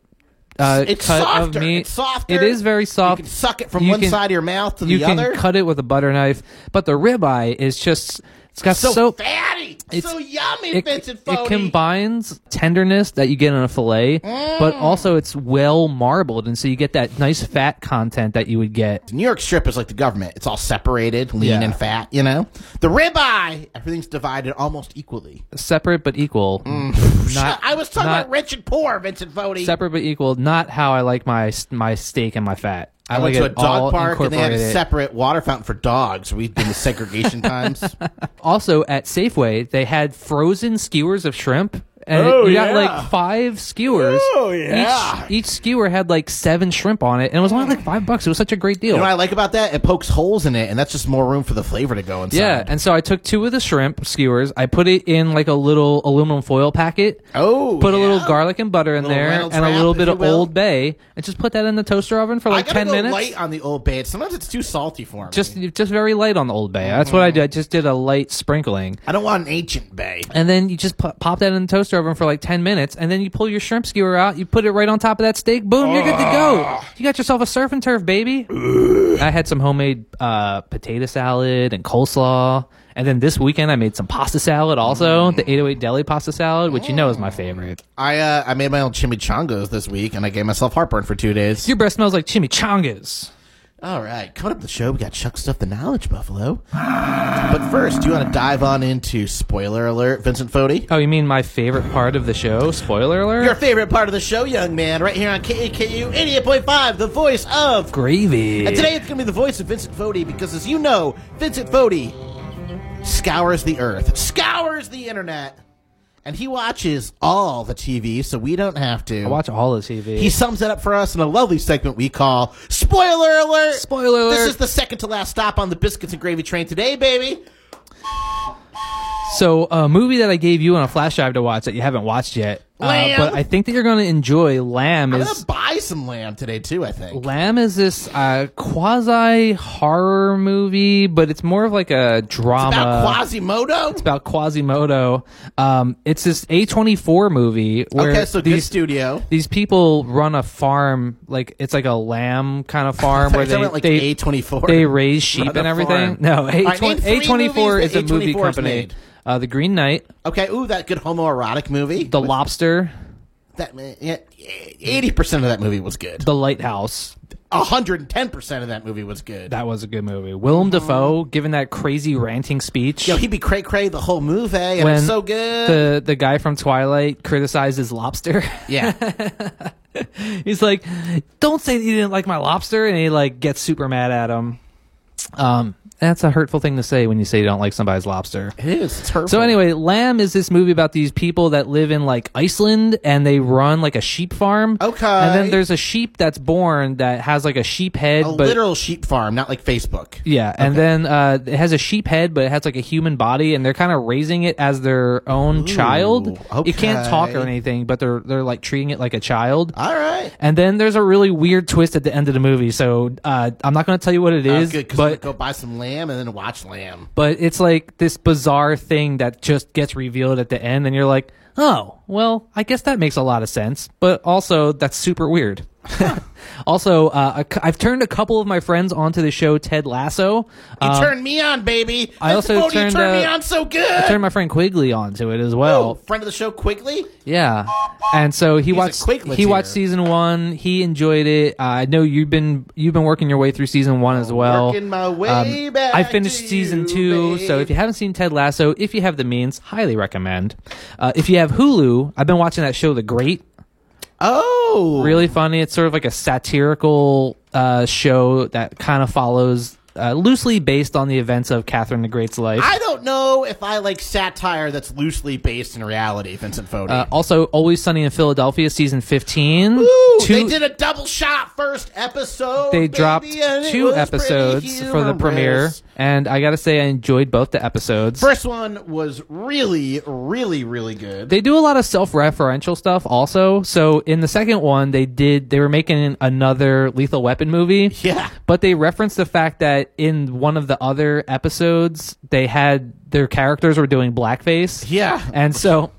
S3: uh,
S2: It's
S3: cut
S2: softer.
S3: of meat,
S2: It's softer.
S3: It is very soft.
S2: you can suck it from
S3: You
S2: one
S3: can-
S2: side of your mouth to
S3: You
S2: the
S3: can
S2: other.
S3: cut it with a butter knife, but the ribeye is just it's got
S2: so,
S3: so.
S2: fatty,
S3: it's-
S2: so yummy,
S3: it,
S2: Vincent
S3: it
S2: Fodi.
S3: combines tenderness that you get in a fillet, but
S2: Mm.
S3: also it's well marbled, and so you get that nice fat content that you would get
S2: New York strip is like the government. It's all separated, lean
S3: Yeah.
S2: and fat, you know? The ribeye, everything's divided almost equally.
S3: separate but equal.
S2: Mm. [laughs]
S3: Not,
S2: I was talking
S3: not-
S2: about rich and poor, Vincent Fodi.
S3: separate but equal. Not how I like my my steak and my fat. I,
S2: I went
S3: like
S2: to a
S3: it all
S2: dog park and they had a
S3: incorporated.
S2: separate water fountain for dogs. We've been to
S3: [laughs]
S2: segregation times.
S3: also at Safeway, they had frozen skewers of shrimp. And
S2: Oh,
S3: you got
S2: yeah.
S3: like five skewers.
S2: Oh, yeah.
S3: Each, each skewer had like seven shrimp on it, and it was only like five bucks. It was such a great deal.
S2: You know what I like about that? It pokes holes in it, and that's just more room for the flavor to go inside.
S3: yeah, and so I took two of the shrimp skewers. I put it in like a little aluminum foil packet.
S2: Oh,
S3: put a
S2: yeah.
S3: little garlic and butter in
S2: Little
S3: there,
S2: Reynolds
S3: and a
S2: wrap,
S3: little
S2: if
S3: bit
S2: you
S3: of
S2: will.
S3: Old Bay, and just put that in the toaster oven for like
S2: I gotta
S3: ten
S2: go
S3: minutes.
S2: light on the Old Bay. Sometimes it's too salty for me.
S3: just just very light on the old bay. That's
S2: Mm-hmm.
S3: what I did. I just did a light sprinkling,
S2: I don't want an ancient bay.
S3: and then you just pu- pop that in the toaster oven for like ten minutes, and then you pull your shrimp skewer out. You put it right on top of that steak. Boom, you're good to go.
S2: Ah.
S3: You got yourself a surf and turf, baby. I had some homemade uh, potato salad and coleslaw, and then this weekend I made some pasta salad also,
S2: Mm.
S3: the 808 deli pasta salad, which you know is my favorite.
S2: I uh, I made my own chimichangas this week, and I gave myself heartburn for two days.
S3: Your breath smells like chimichangas.
S2: All right, coming up the show, we got Chuck Stuff the Knowledge Buffalo. But first, do you want to dive on into spoiler alert, Vincent Fodi?
S3: Oh, you mean my favorite part of the show? Spoiler alert.
S2: Your favorite part of the show, young man, right here on KAKU 88.5, the voice of
S3: gravy.
S2: And today it's going to be the voice of Vincent Fodi because, as you know, Vincent Fodi scours the earth, scours the internet, and he watches all the TV, so we don't have to.
S3: I watch all the TV.
S2: He sums it up for us in a lovely segment we call Spoiler Alert!
S3: Spoiler alert.
S2: This is the second to last stop on the Biscuits and Gravy train today, baby.
S3: So, a movie that I gave you on a flash drive to watch that you haven't watched yet Uh, but I think that you're going to enjoy Lamb.
S2: I'm
S3: Is
S2: gonna buy some lamb today too. I think.
S3: Lamb is this uh, quasi horror movie, but it's more of like a drama
S2: About Quasimodo.
S3: about Quasimodo. Um, it's this A24 movie where
S2: Okay, so good
S3: these
S2: studio.
S3: these people run a farm, like it's like a lamb
S2: [laughs]
S3: kind of farm where
S2: It's
S3: they
S2: about, like
S3: they,
S2: A24.
S3: they raise
S2: Run
S3: sheep
S2: a
S3: and everything.
S2: farm.
S3: No, A
S2: right, name three
S3: twenty four
S2: movies
S3: is
S2: that
S3: a movie
S2: A24 has
S3: company.
S2: made.
S3: Uh, the Green Knight,
S2: Okay, ooh, that good homoerotic movie.
S3: The Lobster,
S2: that yeah, eighty percent of that movie was good.
S3: The Lighthouse.
S2: hundred and ten percent of that movie was good.
S3: That was a good movie. Willem Dafoe giving that crazy ranting speech.
S2: Uh-huh. Yo, he'd be cray cray the whole movie, and it was so good.
S3: The the guy from Twilight criticizes lobster. [laughs]
S2: yeah,
S3: He's like, "Don't say that you didn't like my lobster," and he like gets super mad at him. Um, that's a hurtful thing to say when you say you don't like somebody's lobster.
S2: it is. It's hurtful.
S3: So anyway, Lamb is this movie about these people that live in like Iceland and they run like a sheep farm.
S2: Okay.
S3: And then there's a sheep that's born that has like a sheep head,
S2: a
S3: but
S2: literal sheep farm, not like Facebook.
S3: yeah, and then uh, it has a sheep head, but it has like a human body, and they're kind of raising it as their own child. It can't talk or
S2: okay. Uh,
S3: anything, but they're they're like treating it like a child.
S2: All right.
S3: And then there's a really weird twist at the end of the movie. So uh, I'm not going to tell you what it
S2: That's
S3: is,
S2: good because
S3: but
S2: go buy some lamb and then watch lamb.
S3: but it's like this bizarre thing that just gets revealed at the end, and you're like, oh, well, I guess that makes a lot of sense. But also, that's super weird. [laughs] also, uh, a cou- I've turned a couple of my friends onto the show Ted Lasso.
S2: You
S3: Um,
S2: turned me on, baby.
S3: I also
S2: oh, you
S3: turned,
S2: turned me
S3: uh,
S2: on so good.
S3: I turned my friend Quigley onto it as
S2: oh,
S3: well.
S2: friend of the show, quickly.
S3: Yeah, and so he watched.
S2: Quigleteer.
S3: He watched season one. He enjoyed it. Uh, I know you've been you've been working your way through season one as well. Um,
S2: Working my way back
S3: I finished
S2: to
S3: season
S2: you,
S3: two, so
S2: babe.
S3: if you haven't seen Ted Lasso, if you have the means, highly recommend. Uh, if you have Hulu, I've been watching that show, The Great.
S2: Oh,
S3: Really funny. It's sort of like a satirical uh, show that kind of follows. Uh, loosely based on the events of Catherine the Great's life.
S2: I don't know if I like satire that's loosely based in reality, Vincent Fodi.
S3: Uh, also, Always Sunny in Philadelphia, season 15.
S2: Ooh,
S3: Two-
S2: they did a double shot first episode.
S3: they
S2: baby,
S3: dropped
S2: and it
S3: two
S2: was
S3: episodes
S2: pretty
S3: for the premiere,
S2: humorous.
S3: and I gotta say, I enjoyed both the episodes.
S2: First one was really, really, really good.
S3: they do a lot of self-referential stuff also so in the second one they did they were making another lethal weapon movie
S2: Yeah.
S3: but they referenced the fact that in one of the other episodes they had their characters were doing blackface
S2: Yeah.
S3: and so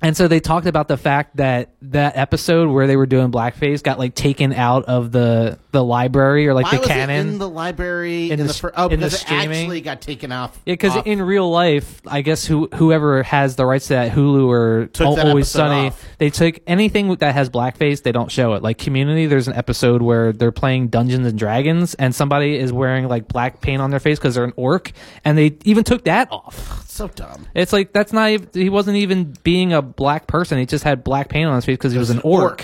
S3: and so they talked about the fact that that episode where they were doing blackface got like taken out of the the library or like
S2: Why
S3: the
S2: was
S3: canon
S2: it in the library
S3: In
S2: in,
S3: the
S2: the,
S3: s-
S2: fir- oh
S3: in the
S2: because it
S3: streaming?
S2: actually got taken off. Oh,
S3: Yeah, because
S2: off.
S3: in real life, I guess who whoever has the rights to that Hulu or Al-
S2: that episode
S3: Always Sunny,
S2: off.
S3: they take anything that has blackface, they don't show it. Like Community, there's an episode where they're playing Dungeons and Dragons, and somebody is wearing like black paint on their face because they're an orc, and they even took that off.
S2: so dumb.
S3: It's like that's not ev- he wasn't even being a black person; he just had black paint on his face because he was an orc.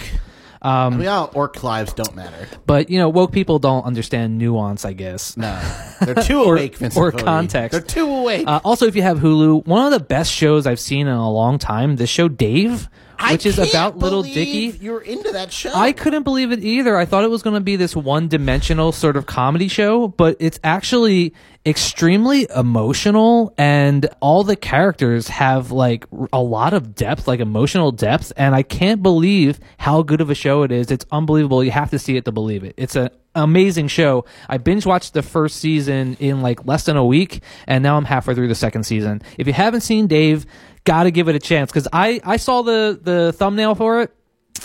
S3: Um,
S2: we all orc lives don't matter.
S3: But you know, woke people don't understand nuance, I guess. [laughs]
S2: No, they're too awake, Vincent
S3: or
S2: Fodi.
S3: context.
S2: They're too awake.
S3: Uh, also, if you have Hulu, one of the best shows I've seen in a long time, the show Dave,
S2: I
S3: which is
S2: can't
S3: about Little
S2: believe
S3: Dicky.
S2: You're into that show.
S3: I couldn't believe it either. I thought it was going to be this one dimensional sort of comedy show, but it's actually extremely emotional, and all the characters have like r- a lot of depth, like emotional depth, and I can't believe how good of a show it is. It's unbelievable. You have to see it to believe it. It's an amazing show. I binge watched the first season in like less than a week, and now I'm halfway through the second season. If you haven't seen Dave, gotta give it a chance because I, I saw the, the thumbnail for it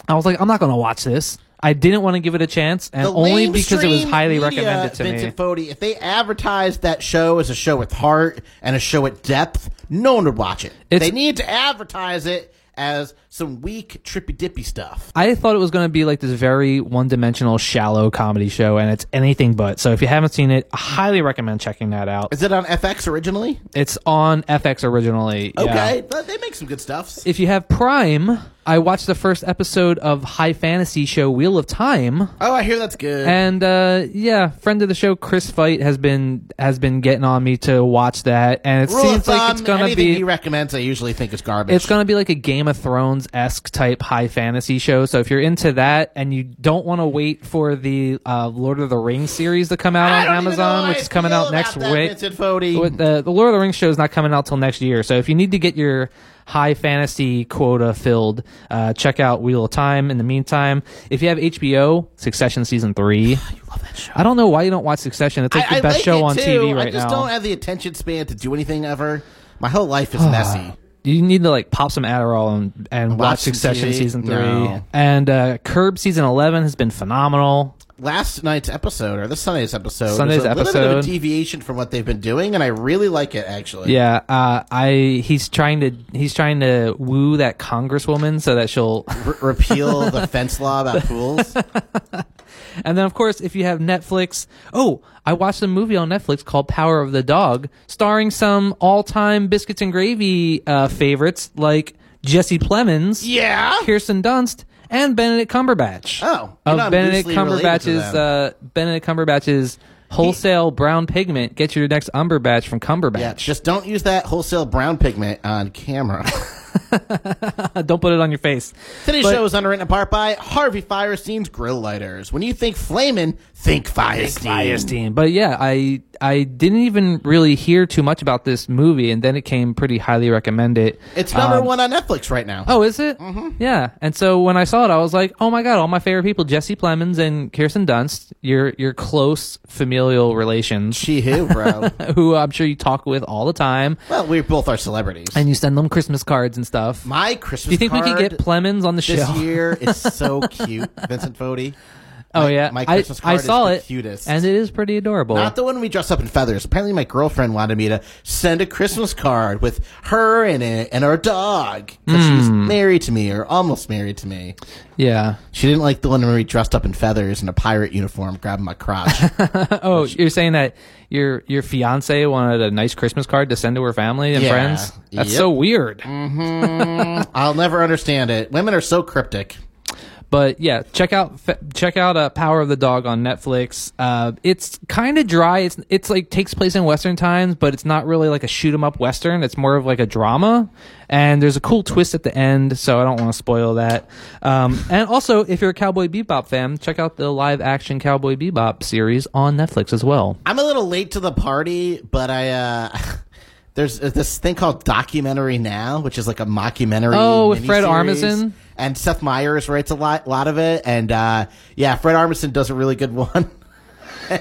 S3: I was like, I'm not going to watch this. I didn't want to give it a chance, and
S2: The
S3: only because it was
S2: lamestream
S3: highly
S2: media,
S3: recommended to
S2: Vincent
S3: me.
S2: Fodi, if they advertised that show as a show with heart and a show with depth, no one would watch it.
S3: It's-
S2: they need to advertise it as some weak, trippy dippy stuff.
S3: I thought it was going to be like this very one dimensional, shallow comedy show, and it's anything but. So if you haven't seen it, I highly recommend checking that out.
S2: Is it on FX originally?
S3: It's on FX originally. yeah.
S2: Okay, but they make some good stuff.
S3: If you have Prime, I watched the first episode of High Fantasy show Wheel of Time.
S2: oh, I hear that's good.
S3: And uh, yeah, friend of the show Chris Fight has been has been getting on me to watch that, and it
S2: Rule
S3: seems
S2: of thumb,
S3: like it's gonna
S2: anything
S3: be
S2: he recommends, I usually think is garbage.
S3: It's going to be like a Game of Thrones esque type high fantasy show. So if you're into that and you don't want to wait for the uh, Lord of the Rings series to come out
S2: I
S3: on
S2: don't even know
S3: Amazon,
S2: how
S3: which
S2: I
S3: is coming
S2: feel
S3: out
S2: about
S3: next
S2: that,
S3: week,
S2: Vincent Fodi.
S3: with the, the Lord of the Rings show is not coming out till next year. So if you need to get your high fantasy quota filled. Uh, check out Wheel of Time. In the meantime, if you have HBO, Succession season three. [sighs] I don't know why you don't watch Succession. It's like the
S2: I, I
S3: best
S2: like
S3: show
S2: it
S3: on
S2: too.
S3: TV right
S2: I just
S3: now.
S2: don't have the attention span to do anything ever. My whole life is
S3: [sighs]
S2: messy.
S3: you need to like pop some Adderall and, and watch,
S2: Watch some
S3: Succession
S2: TV?
S3: season three.
S2: No.
S3: And uh, Curb season eleven has been phenomenal.
S2: Last night's episode, or this Sunday's episode,
S3: Sunday's
S2: was a little bit of a
S3: episode.
S2: deviation from what they've been doing, and I really like it actually.
S3: Yeah, uh, I he's trying to he's trying to woo that congresswoman so that she'll.
S2: R- repeal
S3: [laughs]
S2: the fence law about pools.
S3: And then of course, if you have Netflix, oh, I watched a movie on Netflix called Power of the Dog, starring some all time biscuits and gravy uh, favorites like Jesse Plemons,
S2: Yeah.
S3: Kirsten Dunst, and Benedict Cumberbatch.
S2: Oh, you know,
S3: of
S2: I'm
S3: Benedict
S2: loosely related to
S3: Cumberbatch's uh, Benedict Cumberbatch's wholesale brown pigment. Get your next Umberbatch from Cumberbatch.
S2: Yeah, just don't use that wholesale brown pigment on
S3: [laughs]
S2: camera.
S3: Don't put it on your face.
S2: Today's
S3: But-
S2: show is underwritten in part by Harvey Firestein's Grill Lighters. When you think flamin', think Firestein.
S3: Firestein. But yeah, I I didn't even really hear too much about this movie, and then it came pretty highly recommended.
S2: It's number
S3: Um,
S2: one on Netflix right now.
S3: Oh, is it? Mm-hmm. Yeah. And so when I saw it, I was like, "Oh my god!" All my favorite people: Jesse Plemons and Kirsten Dunst. Your your close familial relations,
S2: She who,
S3: [laughs]
S2: bro.
S3: who I'm sure you talk with all the time,
S2: well, we both are celebrities.
S3: and you send them Christmas cards and stuff.
S2: My Christmas.
S3: Do you think we could get Plemons on the
S2: this
S3: show?
S2: year? It's so cute, Vincent Fodi.
S3: [laughs] oh yeah,
S2: my
S3: I,
S2: Christmas
S3: I
S2: card is
S3: saw
S2: the
S3: it,
S2: cutest.
S3: and it is pretty adorable.
S2: Not the one we dress up in feathers. Apparently, my girlfriend wanted me to send a Christmas card with her in it and our dog because she's
S3: Hmm.
S2: married to me or almost married to me.
S3: yeah.
S2: She didn't like the one where we dressed up in feathers and a pirate uniform, grabbing my crotch.
S3: Oh, you're saying that your your fiance wanted a nice Christmas card to send to her family and
S2: Yeah. Mm-hmm.
S3: friends? That's so weird.
S2: I'll never understand it. Women are so cryptic.
S3: But yeah, check out fe- check out uh, Power of the Dog on Netflix. Uh, it's kind of dry. It's it's like takes place in Western times, but it's not really like a shoot 'em up Western. It's more of like a drama, and there's a cool twist at the end. So I don't want to spoil that. Um, and also, if you're a Cowboy Bebop fan, check out the live action Cowboy Bebop series on Netflix as well.
S2: I'm a little late to the party, but I uh [laughs] there's this thing called Documentary Now, which is like a mockumentary.
S3: Oh, with Fred
S2: miniseries.
S3: Armisen?
S2: and Seth Meyers writes a lot, lot of it, and uh yeah, Fred Armisen does a really good [laughs] one.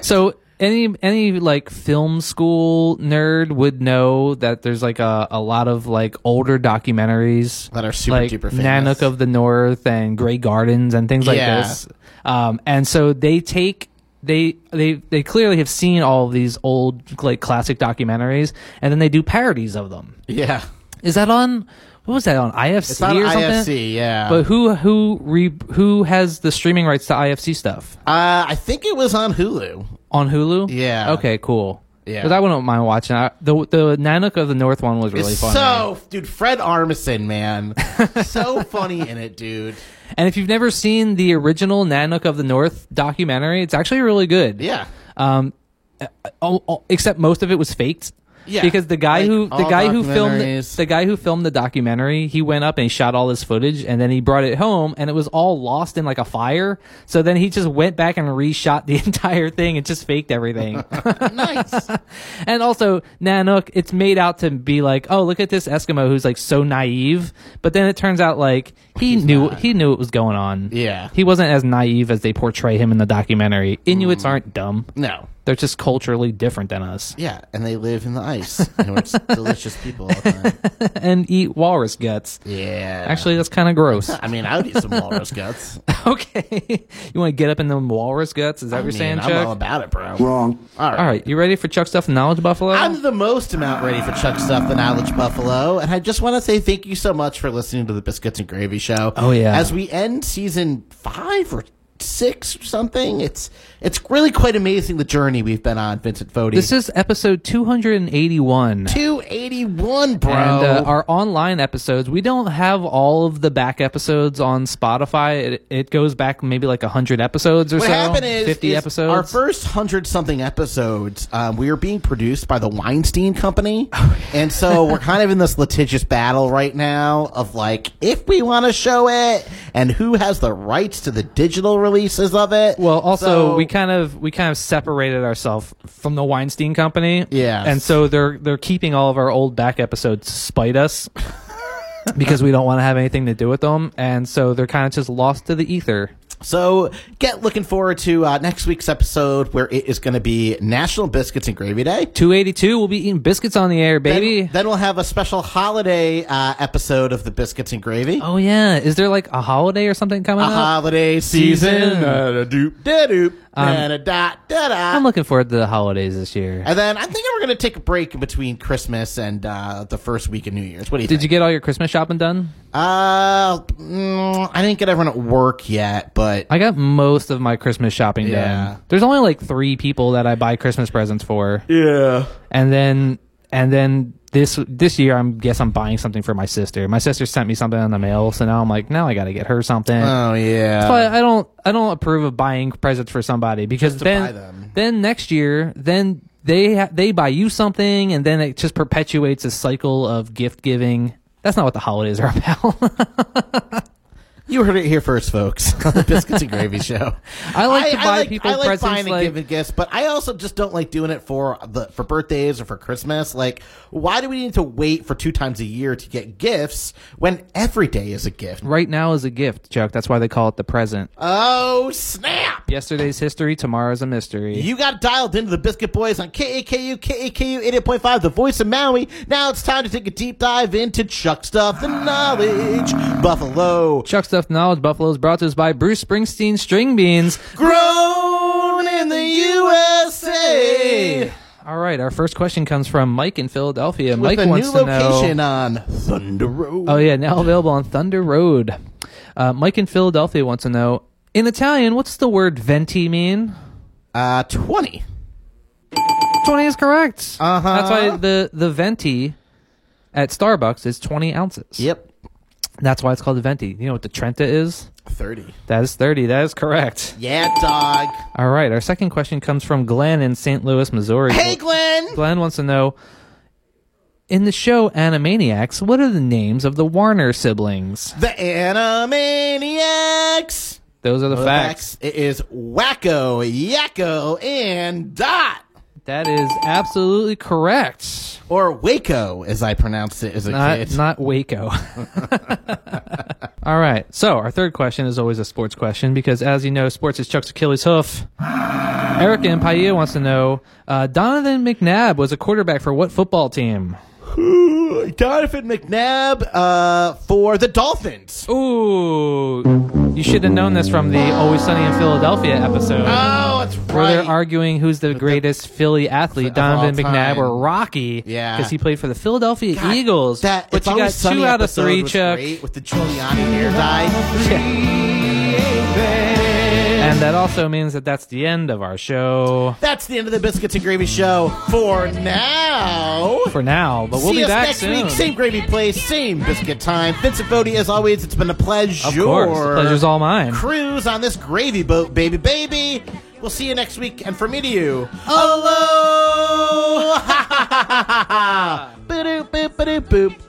S3: So any any like film school nerd would know that there's like a, a lot of like older documentaries
S2: That are super
S3: like
S2: duper famous.
S3: Nanook of the North and Grey Gardens and things like
S2: Yeah.
S3: this. Um, and so they take they they they clearly have seen all of these old like classic documentaries and then they do parodies of them.
S2: yeah,
S3: Is that on what was that on IFC
S2: it's on
S3: or something?
S2: IFC. Yeah,
S3: But who who re, who has the streaming rights to IFC stuff?
S2: uh, I think it was on Hulu.
S3: On Hulu?
S2: Yeah.
S3: Okay, cool.
S2: Yeah.
S3: Because I wouldn't mind watching. I, the the Nanook of the North one was really
S2: It's
S3: fun.
S2: so, dude, Fred Armisen,
S3: [laughs]
S2: man, so funny in it, dude.
S3: and if you've never seen the original Nanook of the North documentary, it's actually really good. [laughs]
S2: Yeah,
S3: Um, uh, all- all- except most of it was faked.
S2: Yeah.
S3: Because the guy
S2: Like
S3: who the
S2: all
S3: guy who filmed
S2: documentaries.
S3: the guy who filmed the documentary, he went up and he shot all this footage, and then he brought it home, and it was all lost in like a fire. So then he just went back and reshot the [laughs] entire thing and just
S2: [laughs]
S3: faked everything.
S2: nice.
S3: And also, Nanook, it's made out to be like, oh, look at this Eskimo who's like so naive, but then it turns out like he knew he knew what was going on.
S2: Yeah.
S3: he wasn't as naive as they portray him in the documentary. Inuits aren't dumb;
S2: No,
S3: they're just culturally different than us
S2: yeah, and they live in the ice, and it's
S3: [laughs]
S2: delicious people. All the time.
S3: and eat walrus guts.
S2: Yeah.
S3: Actually, that's kind
S2: [laughs]
S3: of gross. [laughs]
S2: I mean, I would eat some walrus guts.
S3: okay, you want to get up in the walrus guts? Is that what
S2: I
S3: you're saying,
S2: mean,
S3: Chuck?
S2: I'm all about it, bro. Wrong. All right.
S3: All right, you ready for Chuck stuff and knowledge buffalo?
S2: I'm the most amount ready for Chuck Stuff, the Knowledge Buffalo, and I just want to say thank you so much for listening to the Biscuits and Gravy Show.
S3: Oh, yeah.
S2: As we end season five or six or something, it's it's really quite amazing the journey we've been on, Vincent Fodi.
S3: this is episode 281.
S2: 281, bro.
S3: And uh, our online episodes, we don't have all of the back episodes on Spotify. It, it goes back maybe like 100 episodes or
S2: what
S3: so.
S2: happened is
S3: 50
S2: is
S3: episodes.
S2: Our first hundred something episodes, um, we were being produced by the Weinstein Company, and so we're kind of in this litigious battle right now of like if we want to show it and who has the rights to the digital releases of it.
S3: well, also
S2: So-
S3: we kind of we kind of separated ourselves from the Weinstein Company,
S2: Yes. [laughs]
S3: and so they're they're keeping all of our old back episodes to spite us. because we don't want to have anything to do with them, and so they're kind of just lost to the ether.
S2: So get looking forward to uh, next week's episode where it is going to be National Biscuits and Gravy Day.
S3: 282, we'll be eating biscuits on the air, baby.
S2: Then, then we'll have a special holiday uh, episode of the Biscuits and Gravy.
S3: oh yeah, is there like a holiday or something coming
S2: A
S3: up?
S2: holiday season.
S3: Uh-huh. Season. Um,
S2: Da-da-doop, da-doop, da-da-da, da-da.
S3: I'm looking forward to the holidays this year.
S2: And then I'm thinking we're going to take a break between Christmas and uh, the first week of New Year's. What do you
S3: Did you
S2: think?
S3: get all your Christmas shopping done?
S2: Uh, mm, I didn't get everyone at work yet, but
S3: I got most of my Christmas shopping
S2: Yeah.
S3: done. There's only like three people that I buy Christmas presents for,
S2: yeah.
S3: and then and then this this year I am guess I'm buying something for my sister. My sister sent me something on the mail, so now I'm like, now I got to get her something.
S2: Oh yeah.
S3: but I don't I don't approve of buying presents for somebody because
S2: to
S3: then
S2: buy them.
S3: then next year then they ha- they buy you something and then it just perpetuates a cycle of gift giving. That's not what the holidays are [laughs] about.
S2: You heard it here first, folks, [laughs] on the Biscuits and
S3: [laughs]
S2: Gravy Show.
S3: I like to buy people
S2: I like
S3: presents,
S2: buying
S3: like-
S2: and giving gifts, but I also just don't like doing it for the for birthdays or for Christmas. Like, why do we need to wait for two times a year to get gifts when every day is a gift?
S3: right now is a gift, Chuck. That's why they call it the present.
S2: Oh snap!
S3: Yesterday's history, tomorrow's a mystery.
S2: You got dialed into the Biscuit Boys on KAKU, KAKU 88.5, the voice of Maui. Now it's time to take a deep dive into Chuck Stuff, the knowledge, Buffalo.
S3: Chuck Stuff Knowledge Buffalo is brought to us by Bruce Springsteen String Beans.
S2: Grown in the USA.
S3: All right, our first question comes from Mike in Philadelphia.
S2: with
S3: Mike
S2: a
S3: wants
S2: new
S3: to know.
S2: location on Thunder Road.
S3: Oh yeah, now available on Thunder Road. Uh, Mike in Philadelphia wants to know in Italian, what's the word venti mean?
S2: Uh, 20.
S3: Twenty is correct.
S2: Uh-huh.
S3: That's why the the venti at Starbucks is twenty ounces.
S2: Yep.
S3: That's why it's called a venti. You know what the Trenta is?
S2: 30.
S3: That is thirty. That is correct.
S2: Yeah, dog.
S3: All right, our second question comes from Glenn in St. Louis, Missouri.
S2: Hey, Glenn.
S3: Glenn wants to know. In the show Animaniacs, what are the names of the Warner siblings?
S2: The Animaniacs.
S3: Those are the facts.
S2: It is Wacko, Yakko, and Dot.
S3: That is absolutely correct.
S2: Or Waco, as I pronounced it as a
S3: Not,
S2: kid. [laughs]
S3: not Waco. All right. So, our third question is always a sports question because, as you know, sports is Chuck's Achilles hoof. Erica and Paia wants to know uh, Donovan McNabb was a quarterback for what football team?
S2: Ooh, Donovan McNabb uh, for the Dolphins.
S3: Ooh. You should have known this from the Always Sunny in Philadelphia episode.
S2: Oh, that's
S3: where
S2: right.
S3: they're arguing who's the greatest Philly athlete,
S2: Of all
S3: Donovan McNabb
S2: time.
S3: or Rocky.
S2: Yeah.
S3: Because he played for the Philadelphia
S2: God,
S3: Eagles.
S2: That,
S3: but
S2: it's
S3: you
S2: Always
S3: got
S2: Sunny
S3: two out of
S2: episode
S3: three,
S2: was
S3: Chuck. [laughs]
S2: great With the Giuliani hair dye.
S3: And that also means that that's the end of our show
S2: That's the end of the Biscuits and Gravy Show for now.
S3: for now, but we'll
S2: See
S3: be
S2: us
S3: back
S2: next
S3: soon.
S2: week, same gravy place, same biscuit time. Vincent Fodi, as always, it's been a pleasure.
S3: Of course, the pleasure's all mine.
S2: Cruise on this gravy boat, baby, baby. We'll see you next week, and for me to you, hello. Boop, boop, boop, boop.